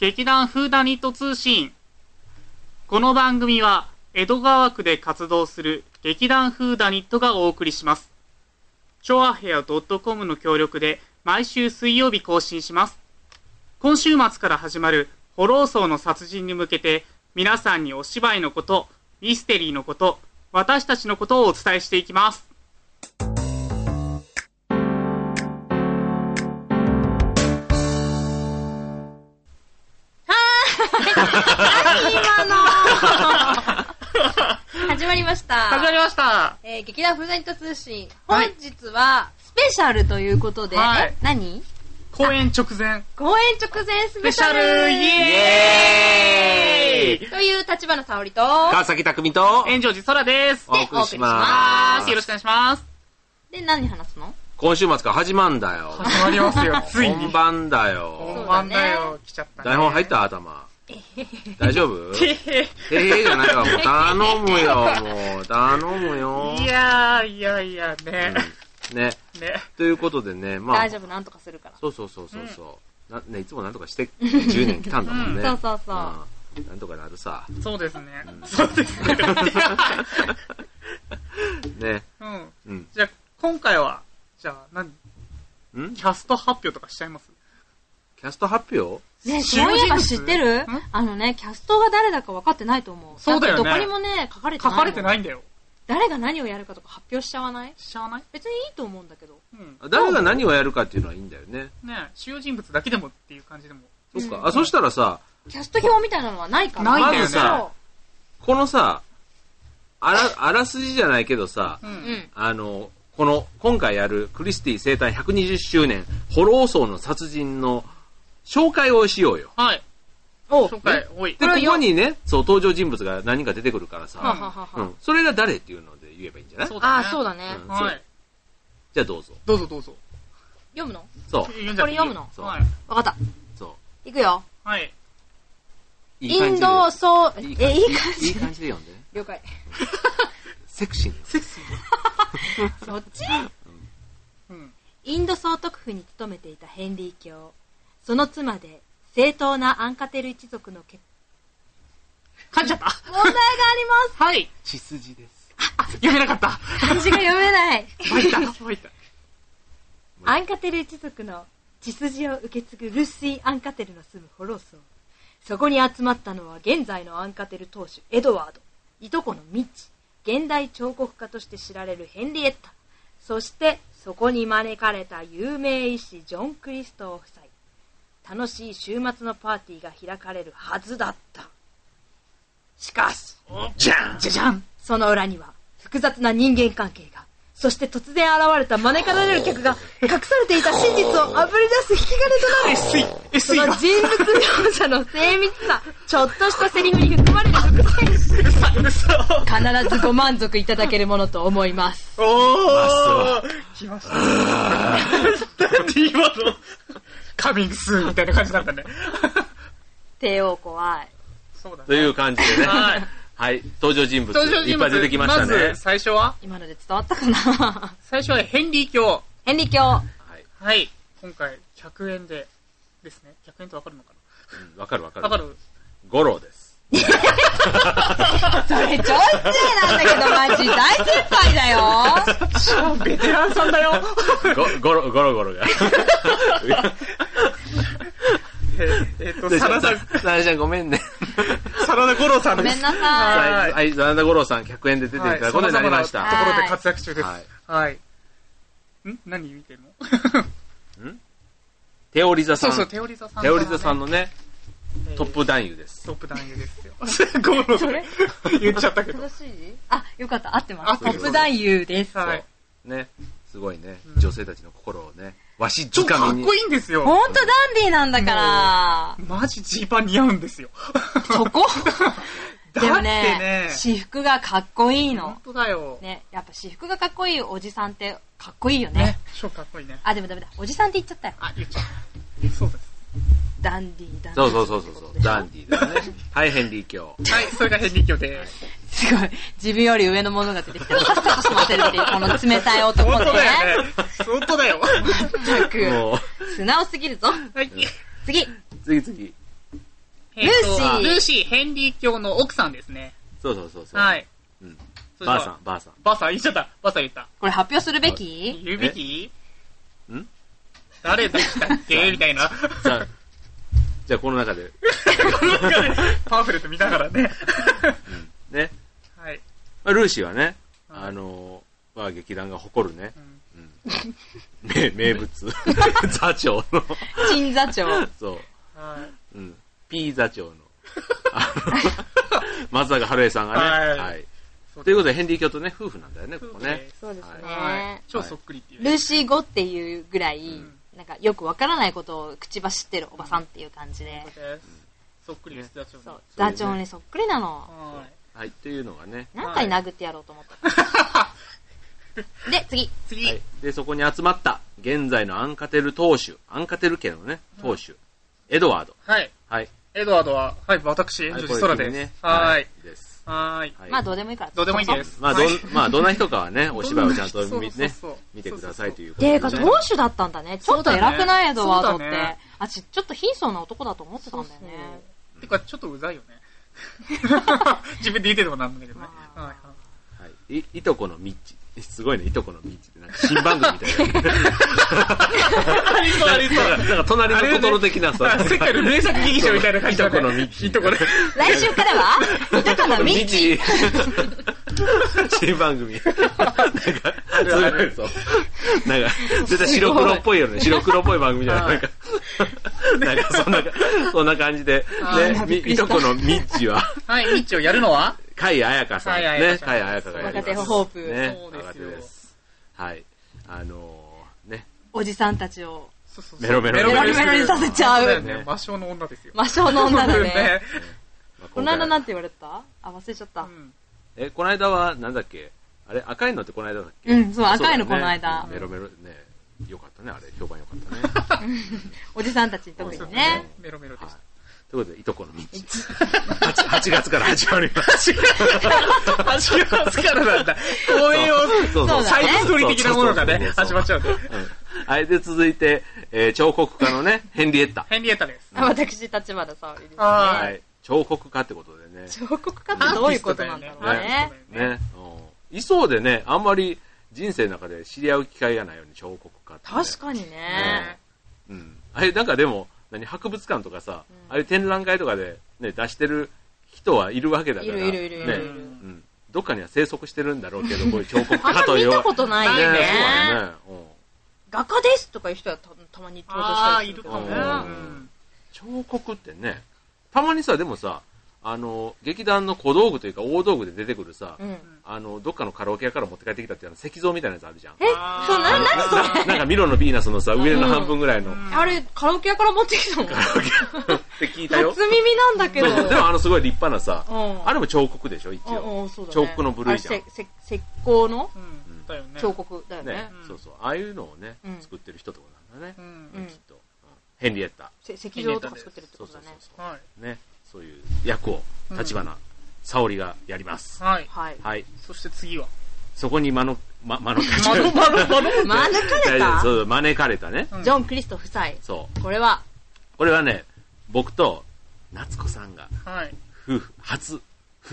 劇団フーダニット通信。この番組は、江戸川区で活動する劇団フーダニットがお送りします。チョアヘア .com の協力で毎週水曜日更新します。今週末から始まるホロー層の殺人に向けて、皆さんにお芝居のこと、ミステリーのこと、私たちのことをお伝えしていきます。 始まりました。始まりました。えー劇団フーダニット通信。本はい日は、スペシャルということで、はいえ何公演直前。公演直前ス スペペシシャャルルイエーイという立花沙織と、川崎匠と、炎上寺空です。おで送りしあまーす。よろしくお願いします。で、何話すの今週末から始まんだよ。始まりますよ、 ついに本。番だ本よ。番だよ、来ちゃった、ね。台本入った頭。大丈夫てへてへへじゃないわ。もう頼むよ、もう。頼むよ。いやー、いやいや、ね。うんね。ね。ということでね、まあ大丈、夫、なんとかするから。そうそうそうそうそう。なね、いつもなんとかして10年来たんだもんね。そうそうそう。うんなんとかなるさ。そうですね。そうです ね。ね。うん。うん。じゃあ、今回は、じゃあ何、んキャスト発表とかしちゃいますキャスト発表ね、主要そういえば人知っ物てるんあのね、キャストが誰だか分かってないと思う。そうだよねってどこにもね、書かれて書ない。。かれてないいんだよ。誰が何をやるかとか発表しちゃわないしちゃわない別にいいと思うんだけど。うん。誰が何をやるかっていうのはいいんだよね。ね主要人物だけでもっていう感じでも。そっうか。んあ、そしたらさ、キャスト表みたいなのはないかなら。いんだよねまずさこのさ、あら、あらすじじゃないけどさ、う。そうんうあの、この、今回やるクリスティ生誕120周年、ホロー層の殺人の紹介をしようよ。はい。お紹介、おいで、。れこはよこにね、そう、登場人物が何人か出てくるからはさ、ははうはん。それが誰っていうので言えばいいんじゃないそうだあねあ、そうだね。うんそうはい。じゃあどうぞ。どうぞどうぞ。読むのそう、読んじゃってこれいい読むのそう、はい。わかっそう。た。いくよ。はい。いインド、そう、え、いいいい感じで感じ。いい感じで読んで。了 解。セクシーに。セクシー。そっちうん。インド総督府に勤めていたヘンリー教。その妻で、正当なアンカテル一族の結噛んじゃった。 問題があはい。血筋です。読めなか った。ります漢字が読めない。入った。入った。アンカテル一族の血筋を受け継ぐルーシー・アンカテルの住むホローソー。そこに集まったのは現在のアンカテル当主エドワード、いとこのミッチ、現代彫刻家として知られるヘンリエッタ、そしてそこに招かれた有名医師ジョン・クリスト夫妻。楽しい週末のパーティーが開かれるはずだった。しかし、じゃんじゃじゃん。その裏には複雑な人間関係が、そして突然現れた招かれる客が隠されていた真実をあぶり出す引き金となる。 SE。そ SE のが。人物描写の精密さ、ちょっとしたセリフに含まれる伏線必うさ、うさ。ずご満足いただけるものと思います。おー来ました。なんで今の、カミングスーみたいな感じだったね。帝王怖い。そうだというね。感じでね。はいはい。登場人物。登場い人っ物ぱい出てきましたまず。ね最初は今ので伝わったかな最初はヘンリー教。ヘンリ教。わはい。はい。今回、100円で、ですね。100円ってわかるのかうんわかるわかなる。わかる五郎です。え、ちょいちょいなんだけど、マジ大先輩だよ。ベテランさんだよ。ご、ごろ、ごろごろが。 ええっと、サラダ、サラダちゃんごめんね。サラダゴロさんごでめすん。なさい。ははいい、はい、サラダ五郎さん100円で出ていただくことになりましはた。いは様い々なところで活躍中です。ははい。ん何見てるのテオリザ さそうそん。う、テオリザさんテからオね。リザさんのね、えートップ男優です。トップ男優ですよ。ごめんなさそいれ言っちゃったけど。正しいあ、よかった。合って合まっす。てトるップ男優です。はい。ね。すごいねう。ん女性たちの心をね、わしちょづっとかかみっにこ。いいんですよ。ほんとダンディーなんだかマジジーパン似合うんですよ。ら。そこ だでっもてねね、、私服がかっこいい本の。当だよ。ね、やっぱ私服がかっこいいおじさんってかっこいいよね。ね、超かっこいいね。あ、でもダメだ。おじさんって言っちゃったよ。あ、言っちゃった。そうです。ダンディー、ダンディそー。うそうそうそうそう。ダンディーだね。はい、ヘンリー教。はい、それがヘンリー教です。すごい。自分より上のものが出てきて、カチカチ待てるっていう、この冷たい 男本って当ね。だよね。本当だよ。 全く、も素直すぎるぞ。はい。次。う、次々。えっとルーシールーシー、ヘンリー教の奥さんですね。そうそうそうそう。はい。うん。それではばあさん、ばあさん。ばあさん言っちゃった。ばあさん言った。これ発表するべき言うべきん誰でしたっけみたい な。じゃあ、じゃあこの中で、パンフレット見ながら ね。ね。はい。まあルーシーはね、うんあのー、まあ劇団が誇るねう、ん 名名物、座長の、鎮座長。そはう、うん、P 座長の、あ の松坂春江さんがね、はいはい。い。ということで、ヘンリー教とね、夫婦なんだよね、こ夫こ婦ねで。すそうですね。はい。超そっくりっていうルね。ーシー語っていうぐらい、んなんかよくわからないことを口走ってるおばさんっていう感じでそう、ですそっくりです、座長に。そう、そうね座長にそっくりなの。はい。はい、というのがね、何回殴ってやろうと思った。で、次。次、はい。で、そこに集まった、現在のアンカテル当主、アンカテル家のね、当主、エドワード。はい。はい。エドワードは、はい、私、はい女こ子れ空君ですね。ははいい。。です。はい。はいまあ、どうでもいいから。どうでもいいです。まあ、どんはい、まあ、どんな人かはね、お芝居をちゃんとそうそう見,、そうねそう、見てくださいということてで、いうか、ね。当主だったんだね。ちょっと偉くない、エドワードって。そうだねあ、ち、ちょっと貧相な男だと思ってたんだよね。てか、ちょっとうざいよね。自分で言ってるとこなんだけどね。あーはいはいはい、いいとこのミッチ。すごいね、いとこのミッチって、なんか新番組みたいな。ありそう、ありそう。なんか隣のトトロ的なさ、世界の名作劇場みたいな感じだね。いとこのミッチいとこの。来週からは、いとこ のミッチ。チ。新番組。なんか、すごいそう。なんか、絶対白黒っぽいよね。白黒っぽい番組じゃない。なんか、なんかそんな、そんな感じで。ね、みいとこのミッチは、はい、ミッチをやるのは甲斐彩香さん。甲斐彩ね、香甲さん斐彩香がやります。若手ホープね、そうですよ若手です。はい。あのー、ね、おじさんたちを、そうそうそうメロメロしてるメロメロにさせちゃうそうだよね。魔性の女ですよ。魔性の女だね。ね。まあこの間なんて言われたあ、忘れちゃっうた。んえ、この間は、なんだっけあれ、赤いのってこの間だっけうん、そう、そうだ赤いよねのこの間うん。メロメロね。よかったね、あれ。評判よかったね。おじさんたちに特そうにですね。メロメロではいした。。ということで、いとこの道。8, 8月から始まります。始まるからなんだ。公演を、そうそうサイトストーリー的なものがね、始まっちゃう。うんで。うんはい、で、続いて、えー彫刻家のね、ヘンリエッタ。ヘンリエッタです。あ私、立花沙織ですね。ははい。彫刻家ってことでね。彫刻家ってどういうことなんだろうね。ね。うんいそうでね、あんまり人生の中で知り合う機会がないよね、彫刻家って、ね。確かにねね。うん。あれ、なんかでも、何、博物館とかさ、ああいう展覧会とかで、ね、出してる人はいるわけだから。いるいるいるいるね。うん。どっかには生息してるんだろうけど、こういう彫刻あん家まとい見う。たことないなよいねね。ね。うん画家ですとかいう人はたたまに登場しあたあ、りいするるけかどもね。ね。うん彫刻ってね、たまにさ、でもさ、あの、劇団の小道具というか大道具で出てくるさ、うん。あの、どっかのカラオケ屋から持って帰ってきたっていうあの石像みたいなやつあるじゃん。え、そう、な、な、あー ななんかミロのヴィーナスのさ、上の半分ぐらいの。う んあれ、カラオケ屋から持ってきたのって聞いたよ。初耳なんだけど。で もでもあのすごい立派なさ、うんあれも彫刻でしょ、一うん応。うんそうだね彫刻の部類じゃんあれせせ石膏のうんだよね。彫刻だよねね。うんそうそう。ああいうのをねうん、作ってる人ってことなんだねう。んうんきっと。うんヘンリエッタ。せ石像とか作ってるってそこうとそだうね。そうはい。そう。ね。そういう役を、立花沙織がやります。はい。はい。 はい。そして次は。そこにまの、ま、まのかまのまのまの招かれたそう、招かれたね。うんジョン・クリスト夫妻。そう。これは、これはね、僕と、夏子さんが、はい。夫婦、初、夫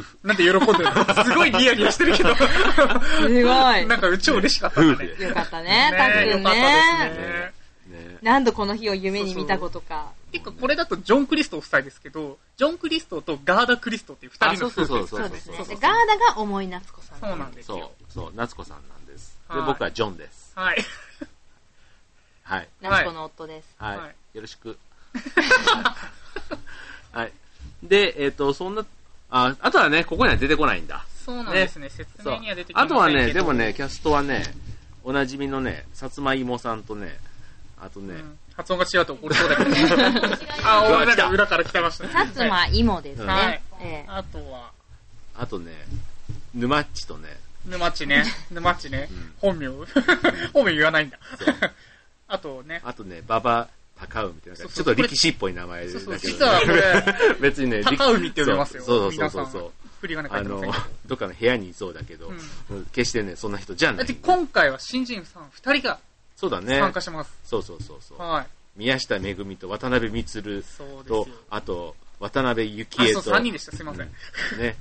婦、なんで喜んでる のすごいニヤニヤしてるけど。す ごい。よなんか、超嬉しかったね。夫婦で。ねかったね、ねたっくよんかったですね。ね。何度この日を夢に見たことか。結構これだとジョン・クリスト夫妻ですけど、ジョン・クリストとガーダ・クリストっていう二あ人のそう夫そ婦うそでうす。そうそそううですね。でそうガーダが重い夏子さん。そうなんですそうよ。、そう、夏子さんなんです。ではい、僕はジョンです。はい。はい。夏子の夫です。はい。はいよろしく。 はい。で、えっ、と、そんな、あ、あとはね、ここには出てこないんだ。そうなんですね。説そう明には出てきませんあけとどはね、でも、ね、キャストはね、おなじみのね、さつまいもさんとね、あとうね、ん発音が違うと怒りそう だけどね。あ、俺なんか裏から来てましたね。薩摩イモですはいね。ええあとは、あとね、沼っちとね、沼地 ね。沼地ねん。本名。 本名言わないんだそう。あとね。あとね、ババ高海みたいな、ちそょうそうっと力士っぽい名前だけそうそう、ど、ね、実はこれ、 別にね、高海って呼んでますよ。そうそうそうそう皆さ。。そうん振りがね書いあてまのせんけど。、どっかの部屋にいそうだけど、うん決してね、そんな人じゃなだっいて。今回は新人さん2人がそうだね。参加してます。そうそうそうそう。はい。宮下めぐみと渡辺満そうですよと、あと、渡辺幸あ、恵そとう、、3人でした。すいません。うんね、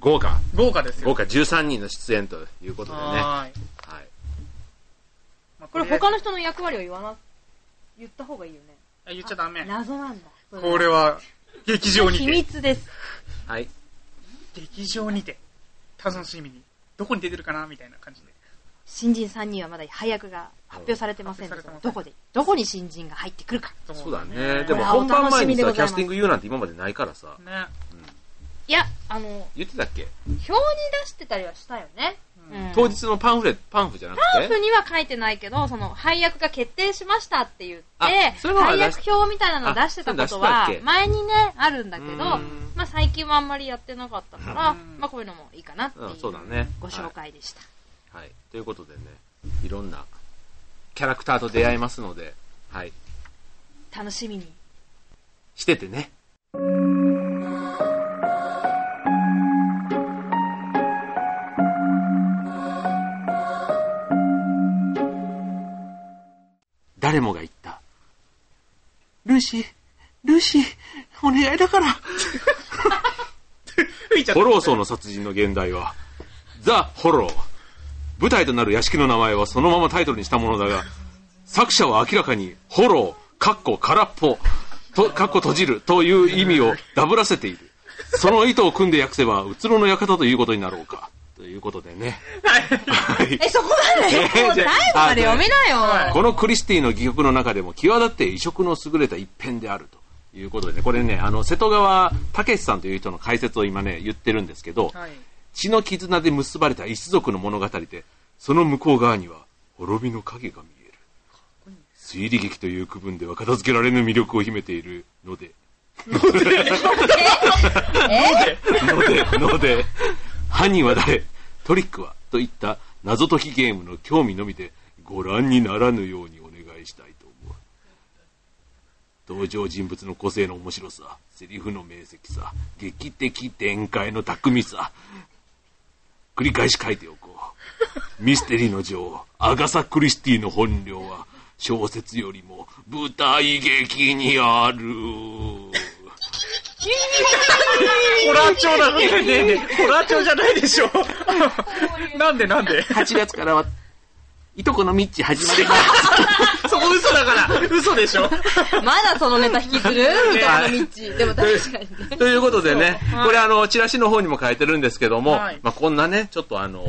豪華、豪華ですよ。豪華13人の出演ということでね。ははーい。い。まあこれ他の人の役割を言わな、言った方がいいよね。あ言っちゃダメ。謎なんだ。これは、劇場に秘て、密です。はい。劇場にて、楽しみに、どこに出てるかな、みたいな感じで。新人3人はまだ配役が発表されてませんので発表されてどまこで、どこに新人が入ってくるか。そうだね。これでもは本お番前に楽しみでごさ、ざいキまャすスティング言うなんて今までないからさ、ね。いや、あの、表言ってたっけに出してたりはしたよね。うん当日のパンフレット、パンフじゃなくパンフてには書いてないけど、その、配役が決定しましたって言ってあ、それは配出し役表みたいなの出してたことあはそれ出したっけ、前にね、あるんだけどう、んまあ最近はあんまりやってなかったからうん、まあこういうのもいいかなっていううん、そうだね。ご紹介でした。はい。はい。ということでね、いろんなキャラクターと出会えますので、はい。楽しみに。しててね。誰もが言った。ルーシー、ルーシー、お願いだ から。吹いちゃったホロー層の殺人の現代は、ザ・ホロー。舞台となる屋敷の名前はそのままタイトルにしたものだが、作者は明らかに、ホロー、カッコ空っぽ、と、カッコ閉じるという意味をダブらせている。その意図を組んで訳せば、うつろの館ということになろうか。ということでね。はいえ、そこまでえもうじゃあ最後まで読めなよ。このクリスティの戯曲の中でも際立って異色の優れた一編であるということでね、これね、あの、瀬戸川武さんという人の解説を今ね、言ってるんですけど、はい。血の絆で結ばれた一族の物語で、その向こう側には滅びの影が見える。推理劇という区分では片付けられぬ魅力を秘めているので、ので、ので、犯人は誰トリックはといった謎解きゲームの興味のみでご覧にならぬようにお願いしたいと思う。登場人物の個性の面白さ、セリフの明晰さ、劇的展開の巧みさ、繰り返し書いておこう。ミステリーの女王、アガサ・クリスティの本領は、小説よりも舞台劇にある。 ホラー調なのねえねえねえホラー調じゃないでしょ。なんでなんで8月からは、いとこのミッチ始まります。 そこ嘘だから。嘘でしょ。まだそのネタ引き ずるみたいな道。でも確か にね。ということでね、これあの、チラシの方にも書いてるんですけども、はいまあこんなね、ちょっとあの、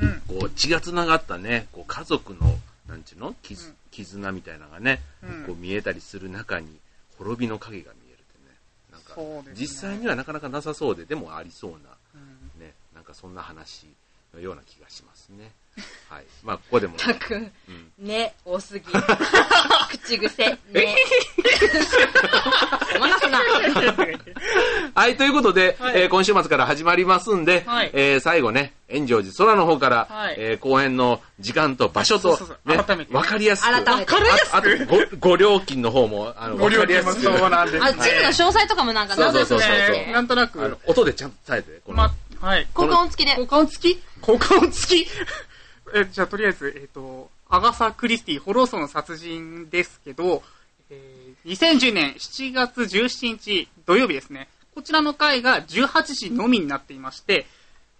うん。こう血が繋がったね、こう家族の、なんちゅうの絆,、うん絆みたいなのがね、うんこう見えたりする中に、滅びの影が見えるってね、なんか、そうですね実際にはなかなかなさそうで、でもありそうな、うんね、なんかそんな話のような気がしますね。はい。まあここで も、たくんん、ね、多す ぎ。口癖、ね。止まなくな。 はい、ということで、はいえー今週末から始まりますんで、はいえー最後ね、炎上寺空の方から、はいえー公演の時間と場所と、ね、そうそうそう改めてわかりやすく。改めてわかりやああとご、ご料金の方も、あの、ご料わか金りやもすくそうなんです。あ、チームの詳細とかもなんか、そうそうそうそう謎ですねなねんとなあのく、音でちゃんと伝えて、この、ま、はい。効果音付きで。交換付き交換付き え、じゃあとりあえず、えっ、と、アガサ・クリスティ、ホローソンの殺人ですけど、えー2010年7月17日土曜日ですね。こちらの回が18時のみになっていまして、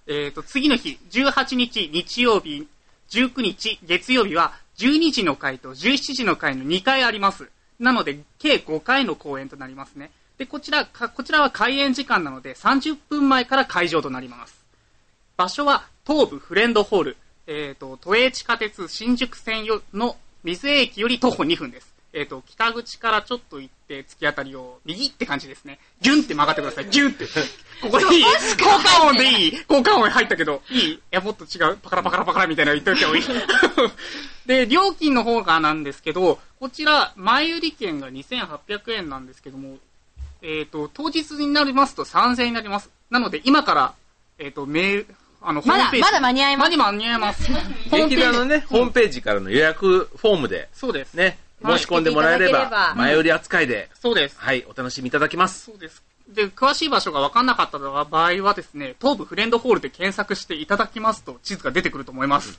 えっ、と、次の日、18日日曜日、19日月曜日は、12時の回と17時の回の2回あります。なので、計5回の公演となりますね。で、こちら、かこちらは開演時間なので、30分前から会場となります。場所は東武フレンドホール、えっ、と、都営地下鉄新宿線よの水江駅より徒歩2分です。えっ、と、北口からちょっと行って、突き当たりを右って感じですね。ギュンって曲がってください。ギュンって。ここで いい効果音でいい効果音入ったけど、いいいや、もっと違う。パカラパカラパカラみたいなの言っといた 方がいい。で、料金の方がなんですけど、こちら、前売り券が2800円なんですけども、えっ、と、当日になりますと3000円になります。なので、今から、えっ、と、メール、あの、ホまームだペー、ジ。まだ間に合いまま。すだ間に合います。ホームペ劇ー団ジのね、ホームページからの予約フォームで、そうです。ね、は申いし込んでもらえれ来ていただけばれば、前売り扱いで、そうです。はい、お楽しみいただけます。そうです。で、詳しい場所が分かんなかった場合はですね、東部フレンドホールで検索していただきますと地図が出てくると思います。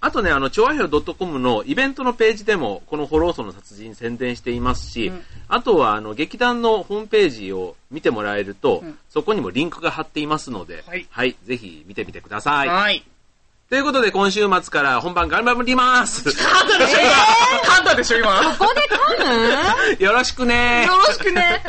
あとね、あの、チョアヘオ .com のイベントのページでも、このホローソンの殺人宣伝していますし、うんあとは、あの、劇団のホームページを見てもらえると、うんそこにもリンクが貼っていますので、はいぜひ見てみてください。はい。ということで、今週末から本番頑張り ます。噛んだでしょ、今。噛んだでしょ、今。ここで噛むよろしくねよろしくね。